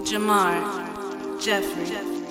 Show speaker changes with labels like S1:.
S1: Jamar, Jeffrey.